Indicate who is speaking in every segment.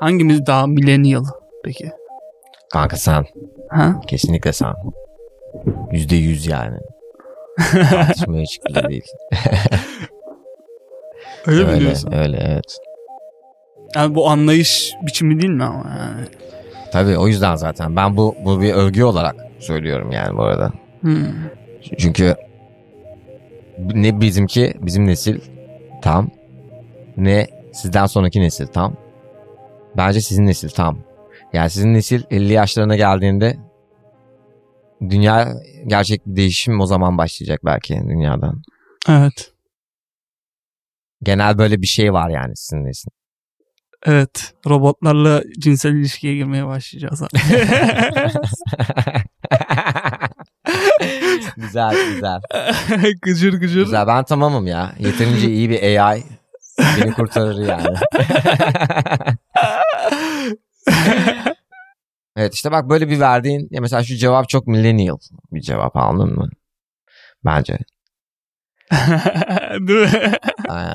Speaker 1: Hangimiz daha millennial peki?
Speaker 2: Kanka sen.
Speaker 1: Ha?
Speaker 2: Kesinlikle sen. Yüzde yüz yani. Tartışmaya çıktı da değil.
Speaker 1: Öyle, mi
Speaker 2: öyle,
Speaker 1: diyorsun?
Speaker 2: öyle evet.
Speaker 1: Yani bu anlayış biçimi değil mi ama yani?
Speaker 2: Tabii o yüzden zaten ben bu, bu bir övgü olarak söylüyorum yani bu arada.
Speaker 1: Hmm.
Speaker 2: Çünkü ne bizimki bizim nesil tam ne sizden sonraki nesil tam. Bence sizin nesil tam. Yani sizin nesil 50 yaşlarına geldiğinde dünya gerçek bir değişim o zaman başlayacak belki dünyadan.
Speaker 1: Evet.
Speaker 2: Genel böyle bir şey var yani sizin nesil.
Speaker 1: Evet. Robotlarla cinsel ilişkiye girmeye başlayacağız artık.
Speaker 2: güzel güzel.
Speaker 1: gıcır gıcır.
Speaker 2: Güzel ben tamamım ya. Yeterince iyi bir AI beni kurtarır yani. Evet işte bak böyle bir verdiğin ya mesela şu cevap çok millennial bir cevap anladın mı? Bence.
Speaker 1: değil mi?
Speaker 2: Aynen.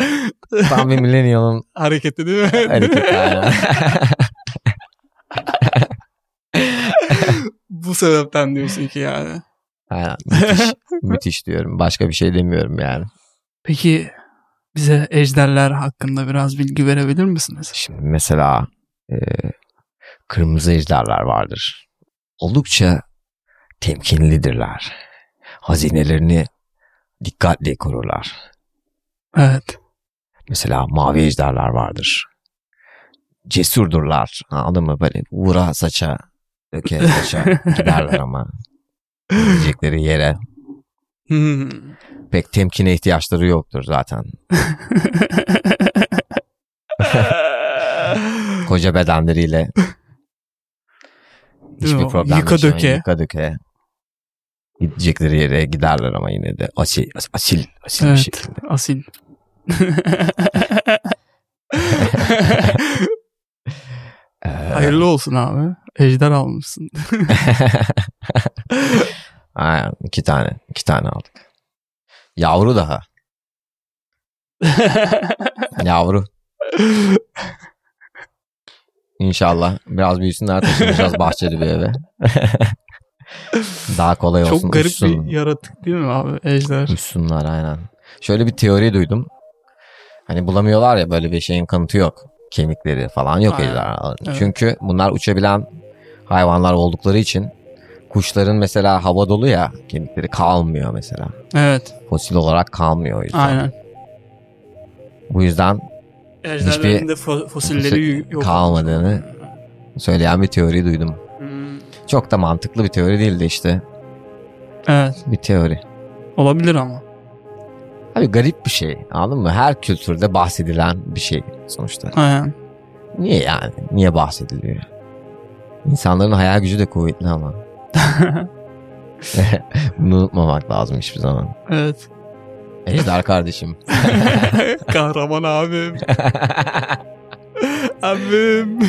Speaker 2: Tam bir millennial'ın
Speaker 1: Hareketi değil mi?
Speaker 2: hareketi aynen.
Speaker 1: Bu sebepten diyorsun ki yani.
Speaker 2: aynen. Müthiş, müthiş diyorum. Başka bir şey demiyorum yani.
Speaker 1: Peki bize ejderler hakkında biraz bilgi verebilir misiniz?
Speaker 2: Şimdi mesela e, kırmızı ejderler vardır. Oldukça temkinlidirler. Hazinelerini dikkatli korurlar.
Speaker 1: Evet.
Speaker 2: Mesela mavi ejderler vardır. Cesurdurlar. Anladın mı? Böyle vura saça, öke saça giderler ama. Gidecekleri yere.
Speaker 1: Hmm.
Speaker 2: Pek temkine ihtiyaçları yoktur zaten. Koca bedenleriyle. Hiçbir
Speaker 1: Yo,
Speaker 2: problem
Speaker 1: yıka
Speaker 2: yaşayan,
Speaker 1: döke.
Speaker 2: Yıka döke. Gidecekleri yere giderler ama yine de asil, asil, asil
Speaker 1: Evet.
Speaker 2: bir şekilde.
Speaker 1: Asil.
Speaker 2: Ee,
Speaker 1: Hayırlı olsun abi. Ejder almışsın.
Speaker 2: aynen, iki tane, iki tane aldık. Yavru daha. Yavru. İnşallah. Biraz büyüsünler taşınacağız bahçeli bir eve. Daha kolay olsun.
Speaker 1: Çok garip
Speaker 2: uçsun.
Speaker 1: bir yaratık değil mi abi ejder?
Speaker 2: Uçsunlar aynen. Şöyle bir teori duydum. Hani bulamıyorlar ya böyle bir şeyin kanıtı yok. Kemikleri falan yok
Speaker 1: Aynen.
Speaker 2: ejderhaların.
Speaker 1: Evet.
Speaker 2: Çünkü bunlar uçabilen hayvanlar oldukları için kuşların mesela hava dolu ya kemikleri kalmıyor mesela.
Speaker 1: Evet.
Speaker 2: Fosil olarak kalmıyor o yüzden.
Speaker 1: Aynen.
Speaker 2: Bu yüzden
Speaker 1: Ejderlerin de fo- fosilleri
Speaker 2: fosil
Speaker 1: yok.
Speaker 2: kalmadığını söyleyen bir teori duydum.
Speaker 1: Hmm.
Speaker 2: Çok da mantıklı bir teori değil de işte
Speaker 1: Evet.
Speaker 2: bir teori.
Speaker 1: Olabilir ama.
Speaker 2: Abi garip bir şey anladın mı? Her kültürde bahsedilen bir şey sonuçta.
Speaker 1: Aynen.
Speaker 2: Niye yani? Niye bahsediliyor? İnsanların hayal gücü de kuvvetli ama. Bunu unutmamak lazım hiçbir zaman.
Speaker 1: Evet.
Speaker 2: Ejder kardeşim.
Speaker 1: Kahraman abim. abim.